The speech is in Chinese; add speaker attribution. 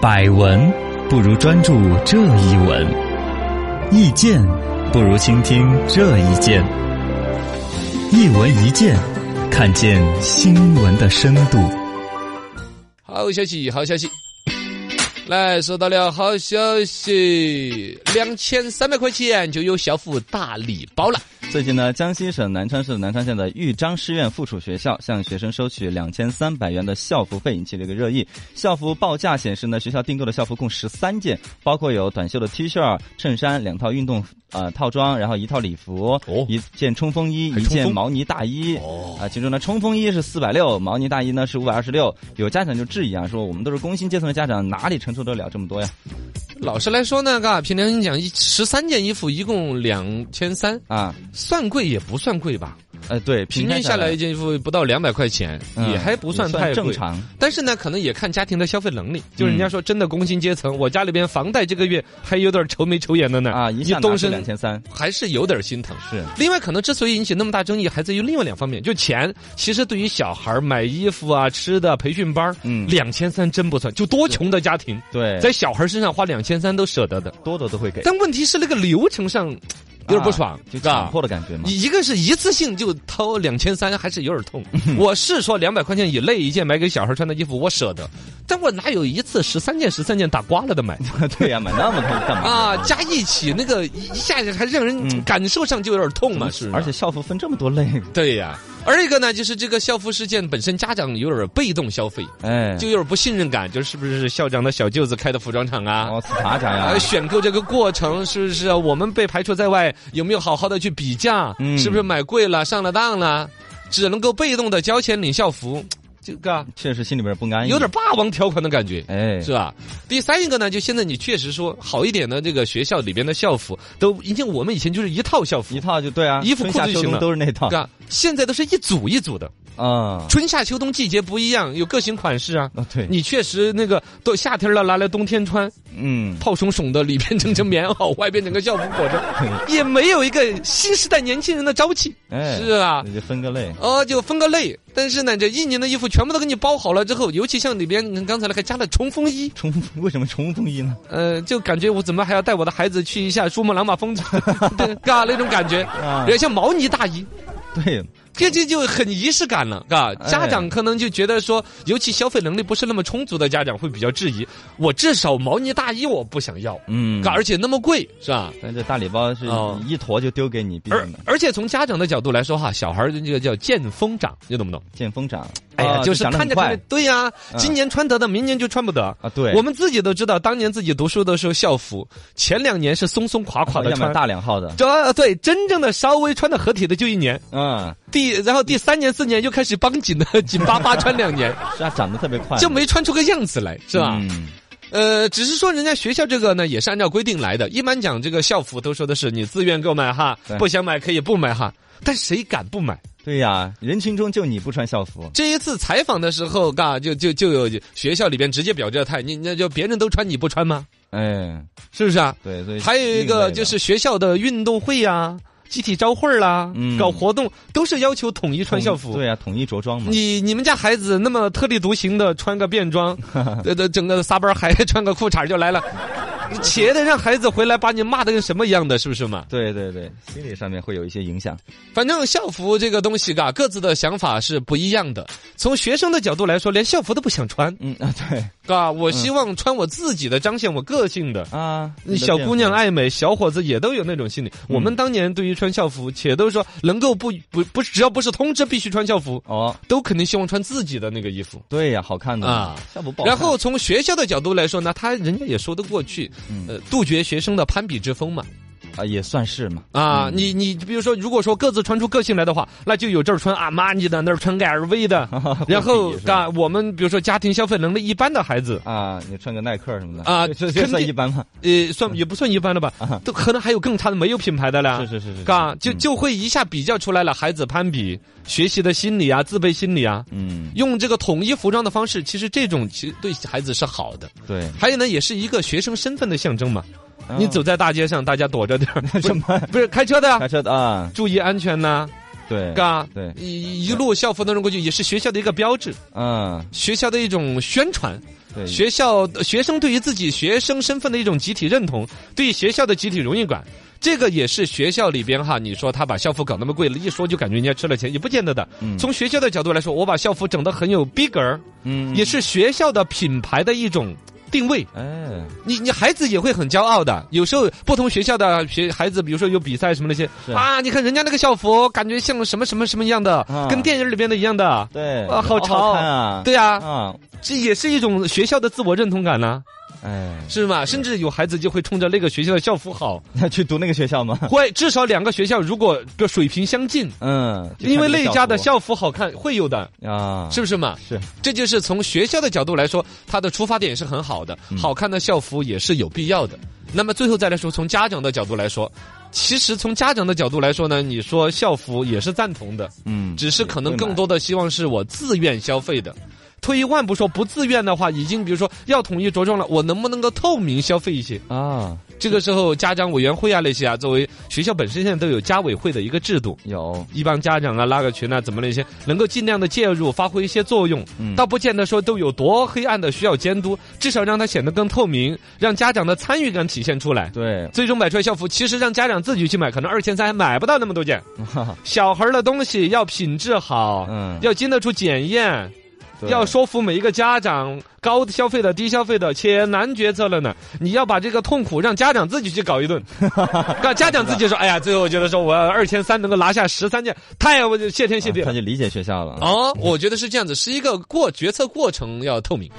Speaker 1: 百闻不如专注这一闻，意见不如倾听这一见。一闻一见，看见新闻的深度。
Speaker 2: 好消息，好消息！来收到了好消息，两千三百块钱就有校服大礼包了。
Speaker 1: 最近呢，江西省南昌市南昌县的豫章师院附属学校向学生收取两千三百元的校服费，引起了一个热议。校服报价显示呢，学校订购的校服共十三件，包括有短袖的 T 恤、衬衫、两套运动呃套装，然后一套礼服、
Speaker 2: 哦
Speaker 1: 一件冲锋衣、
Speaker 2: 还
Speaker 1: 一
Speaker 2: 冲锋
Speaker 1: 件毛呢大衣。
Speaker 2: 哦
Speaker 1: 啊，其中呢，冲锋衣是四百六，毛呢大衣呢是五百二十六。有家长就质疑啊，说我们都是工薪阶层的家长，哪里承受得了这么多呀？
Speaker 2: 老实来说呢，嘎，凭良心讲，一十三件衣服一共两千三，
Speaker 1: 啊，
Speaker 2: 算贵也不算贵吧？
Speaker 1: 呃，对，
Speaker 2: 平均下
Speaker 1: 下
Speaker 2: 来一件衣服不到两百块钱，
Speaker 1: 嗯
Speaker 2: 也还不算
Speaker 1: 也
Speaker 2: 太贵
Speaker 1: 正。常。嗯
Speaker 2: 但是呢，可能也看家庭的消费能力。就是人家说，真的工薪阶层，我家里边房贷这个月还有点愁眉愁眼的呢
Speaker 1: 啊，一下拿
Speaker 2: 动
Speaker 1: 出
Speaker 2: 身
Speaker 1: 两千三，
Speaker 2: 还是有点心疼。
Speaker 1: 是
Speaker 2: 另外，可能之所以引起那么大争议，还在于另外两方面，就钱。其实对于小孩儿买衣服啊、吃的、培训班儿，
Speaker 1: 嗯
Speaker 2: 两千三真不算。就多穷的家庭，
Speaker 1: 对，
Speaker 2: 在小孩儿身上花两千三都舍得的。
Speaker 1: 多多都会给，
Speaker 2: 但问题是那个流程上有点不爽，
Speaker 1: 啊就是
Speaker 2: 吧
Speaker 1: 强迫的感觉嘛。
Speaker 2: 一个是一次性就掏两千三，还是有点痛。
Speaker 1: 嗯
Speaker 2: 我是说两百块钱以内一件买给小孩穿的衣服，我舍得，但我哪有一次十三件、十三件打刮了的 买
Speaker 1: 对呀，买那么多干嘛？
Speaker 2: 啊？加一起那个一一下还让人感受上就有点痛嘛，是不是
Speaker 1: 嗯而且校服分这么多类，
Speaker 2: 对呀、而一个呢，就是这个校服事件本身，家长有点被动消费，
Speaker 1: 哎，
Speaker 2: 就有点不信任感，就是不是校长的小舅子开的服装厂啊？
Speaker 1: 哦，是啥家
Speaker 2: 啊，
Speaker 1: 呀？
Speaker 2: 选购这个过程是不是啊我们被排除在外？有没有好好的去比价？
Speaker 1: 嗯
Speaker 2: 是不是买贵了、上了当了？只能够被动的交钱领校服，这个啊
Speaker 1: 确实心里边不安逸，
Speaker 2: 有点霸王条款的感觉。
Speaker 1: 哎，
Speaker 2: 是吧？第三一个呢，就现在你确实说好一点的这个学校里边的校服，都已经我们以前就是一套校服
Speaker 1: 一，套就对啊，
Speaker 2: 衣服
Speaker 1: 春夏
Speaker 2: 裤子就行
Speaker 1: 秋冬
Speaker 2: 了
Speaker 1: 都是那套
Speaker 2: 啊，现在都是一组一组的，
Speaker 1: 啊。
Speaker 2: 春夏秋冬季节不一样，有各型款式啊。
Speaker 1: 哦，对，
Speaker 2: 你确实那个都夏天了，拿来冬天穿，
Speaker 1: 嗯，
Speaker 2: 泡松松的，里边整成棉袄，外边整个校服裹着，也没有一个新时代年轻人的朝气。
Speaker 1: 哎，
Speaker 2: 是啊，
Speaker 1: 那就分个类，
Speaker 2: 哦，就分个类。但是呢，这一年的衣服全部都给你包好了之后，尤其像里边你看刚才那个加了冲锋衣，
Speaker 1: 冲 锋为什么冲锋衣呢？
Speaker 2: 呃，就感觉我怎么还要带我的孩子去一下珠穆朗玛 峰， 对，嘎那种感觉，
Speaker 1: 啊
Speaker 2: 有，点像毛呢大衣。
Speaker 1: 对，
Speaker 2: 这就就很仪式感了，嘎。
Speaker 1: 哎
Speaker 2: 家长可能就觉得说，尤其消费能力不是那么充足的家长会比较质疑。我至少毛呢大衣我不想要，
Speaker 1: 嗯
Speaker 2: 嘎，，而且那么贵，是吧？
Speaker 1: 但这大礼包是
Speaker 2: 哦
Speaker 1: 一坨就丢给你，毕
Speaker 2: 而
Speaker 1: 竟的
Speaker 2: 而且从家长的角度来说哈，小孩儿的这个叫见风长，你懂不懂？
Speaker 1: 见风长，
Speaker 2: 哎呀，
Speaker 1: 啊
Speaker 2: 就是
Speaker 1: 长得
Speaker 2: 看
Speaker 1: 很
Speaker 2: 着看着
Speaker 1: 快，
Speaker 2: 对呀、
Speaker 1: 嗯
Speaker 2: 今年穿得的，明年就穿不得。
Speaker 1: 啊，对，
Speaker 2: 我们自己都知道，当年自己读书的时候，校服前两年是松松垮垮的
Speaker 1: 要哎买
Speaker 2: 穿，
Speaker 1: 大两号的，
Speaker 2: 这对真正的稍微穿的合体的就一年，
Speaker 1: 嗯，
Speaker 2: 第然后第三年四年又开始绷紧的紧巴巴穿两年，
Speaker 1: 是啊，长得特别快，
Speaker 2: 就没穿出个样子来，是吧？
Speaker 1: 嗯
Speaker 2: 呃，只是说人家学校这个呢，也是按照规定来的。一般讲这个校服都说的是你自愿购买哈
Speaker 1: 对，
Speaker 2: 不想买可以不买哈。但谁敢不买？
Speaker 1: 对呀，人群中就你不穿校服，
Speaker 2: 这一次采访的时候，嘎就就就有学校里边直接表这态，你那就别人都穿你不穿吗？
Speaker 1: 哎，
Speaker 2: 是不是啊？
Speaker 1: 对，所以
Speaker 2: 还有一
Speaker 1: 另类
Speaker 2: 个
Speaker 1: 的
Speaker 2: 就是学校的运动会啊、集体招会儿啦、
Speaker 1: 嗯
Speaker 2: 搞活动都是要求统一穿校服。
Speaker 1: 统对呀，统一着装嘛，
Speaker 2: 你你们家孩子那么特立独行的穿个便 装，呃，呃整个撒班儿还穿个裤衩儿就来了，你且得让孩子回来把你骂的跟什么一样的，是不是嘛？
Speaker 1: 对对对，心理上面会有一些影响，
Speaker 2: 反正校服这个东西，嘎，各自的想法是不一样的。从学生的角度来说，连校服都不想穿，
Speaker 1: 嗯啊，对
Speaker 2: 嘎，我希望穿我自己的，彰显我个性的。
Speaker 1: 啊，你的
Speaker 2: 小姑娘
Speaker 1: 变化
Speaker 2: 爱美，小伙子也都有那种心理。我们当年对于穿校服，且都说能够不不不，只要不是通知必须穿校服，
Speaker 1: 哦，
Speaker 2: 都肯定希望穿自己的那个衣服。
Speaker 1: 对呀，好看的
Speaker 2: 啊，
Speaker 1: 校服不好看
Speaker 2: 然后从学校的角度来说呢，他人家也说得过去，
Speaker 1: 嗯
Speaker 2: 呃，杜绝学生的攀比之风嘛。
Speaker 1: 啊也算是嘛，
Speaker 2: 啊，
Speaker 1: 嗯
Speaker 2: 你你比如说，如果说各自穿出个性来的话，那就有这儿穿阿玛尼的，那儿穿个 LV 的，然后
Speaker 1: 是吧
Speaker 2: 啊，我们比如说家庭消费能力一般的孩子，
Speaker 1: 啊，你穿个耐克什么的
Speaker 2: 啊
Speaker 1: 这这
Speaker 2: 肯
Speaker 1: 算
Speaker 2: 定
Speaker 1: 一般吗？
Speaker 2: 呃，算也不算一般了吧，都可能还有更差的没有品牌的了。
Speaker 1: 嗯啊是是是是，
Speaker 2: 嘎，
Speaker 1: 是
Speaker 2: 就
Speaker 1: 嗯
Speaker 2: 就会一下比较出来了，孩子攀比、学习的心理啊、自卑心理啊，
Speaker 1: 嗯，
Speaker 2: 用这个统一服装的方式，其实这种其实对孩子是好的。
Speaker 1: 对，
Speaker 2: 还有呢，也是一个学生身份的象征嘛。
Speaker 1: 啊
Speaker 2: 你走在大街上，大家躲着点儿，
Speaker 1: 什么
Speaker 2: 不是开车的啊
Speaker 1: 开车的啊，
Speaker 2: 注意安全呐、
Speaker 1: 对，
Speaker 2: 嘎，
Speaker 1: 对
Speaker 2: 一一路校服弄过去也是学校的一个标志，
Speaker 1: 嗯，
Speaker 2: 学校的一种宣传，
Speaker 1: 对，
Speaker 2: 学校学生对于自己学生身份的一种集体认同，对于学校的集体荣誉感。这个也是学校里边哈，你说他把校服搞那么贵了，一说就感觉人家吃了钱，也不见得的。
Speaker 1: 嗯
Speaker 2: 从学校的角度来说，我把校服整得很有逼格儿，
Speaker 1: 嗯，
Speaker 2: 也是学校的品牌的一种定位。
Speaker 1: 哎，
Speaker 2: 你你孩子也会很骄傲的。有时候不同学校的学孩子，比如说有比赛什么那些
Speaker 1: 是
Speaker 2: 啊，你看人家那个校服，感觉像什么什么什么一样的，
Speaker 1: 啊
Speaker 2: 跟电影里边的一样的。
Speaker 1: 对，
Speaker 2: 啊好潮
Speaker 1: 看啊，
Speaker 2: 对啊，
Speaker 1: 啊，
Speaker 2: 这也是一种学校的自我认同感呐、
Speaker 1: 哎，
Speaker 2: 是吗？甚至有孩子就会冲着那个学校的校服好，
Speaker 1: 那去读那个学校吗？
Speaker 2: 会至少两个学校如果比如水平相近，
Speaker 1: 嗯，就
Speaker 2: 因为
Speaker 1: 看这个
Speaker 2: 那家的
Speaker 1: 服
Speaker 2: 校服好看，会有的，
Speaker 1: 啊，
Speaker 2: 是不是嘛？
Speaker 1: 是，
Speaker 2: 这就是从学校的角度来说，它的出发点是很好的，好看的校服也是有必要的。那么最后再来说，从家长的角度来说，其实从家长的角度来说呢，你说校服也是赞同的，
Speaker 1: 嗯，
Speaker 2: 只是可能
Speaker 1: 也会买
Speaker 2: 更多的希望是我自愿消费的。退一万步说，不自愿的话，已经比如说要统一着装了，我能不能够透明消费一些？
Speaker 1: 啊，
Speaker 2: 这个时候，家长委员会啊那些啊，作为学校本身现在都有家委会的一个制度，
Speaker 1: 有，
Speaker 2: 一帮家长啊拉个群啊，怎么那些能够尽量的介入，发挥一些作用，
Speaker 1: 嗯
Speaker 2: 倒不见得说都有多黑暗的需要监督，至少让它显得更透明，让家长的参与感体现出来。
Speaker 1: 对，
Speaker 2: 最终买出来校服，其实让家长自己去买，可能二千三还买不到那么多件。
Speaker 1: 哈哈
Speaker 2: 小孩儿的东西要品质好，
Speaker 1: 嗯，
Speaker 2: 要经得住检验，
Speaker 1: 对
Speaker 2: 要说服每一个家长，高消费的、低消费的，且难决策了呢。你要把这个痛苦让家长自己去搞一 顿，让家长自己说：“哎呀，最后我觉得说我二千三能够拿下十三件，太我就谢天谢地了
Speaker 1: 啊他。就
Speaker 2: 啊
Speaker 1: 理解学校了。
Speaker 2: 哦，我觉得是这样子，是一个过决策过程要透明。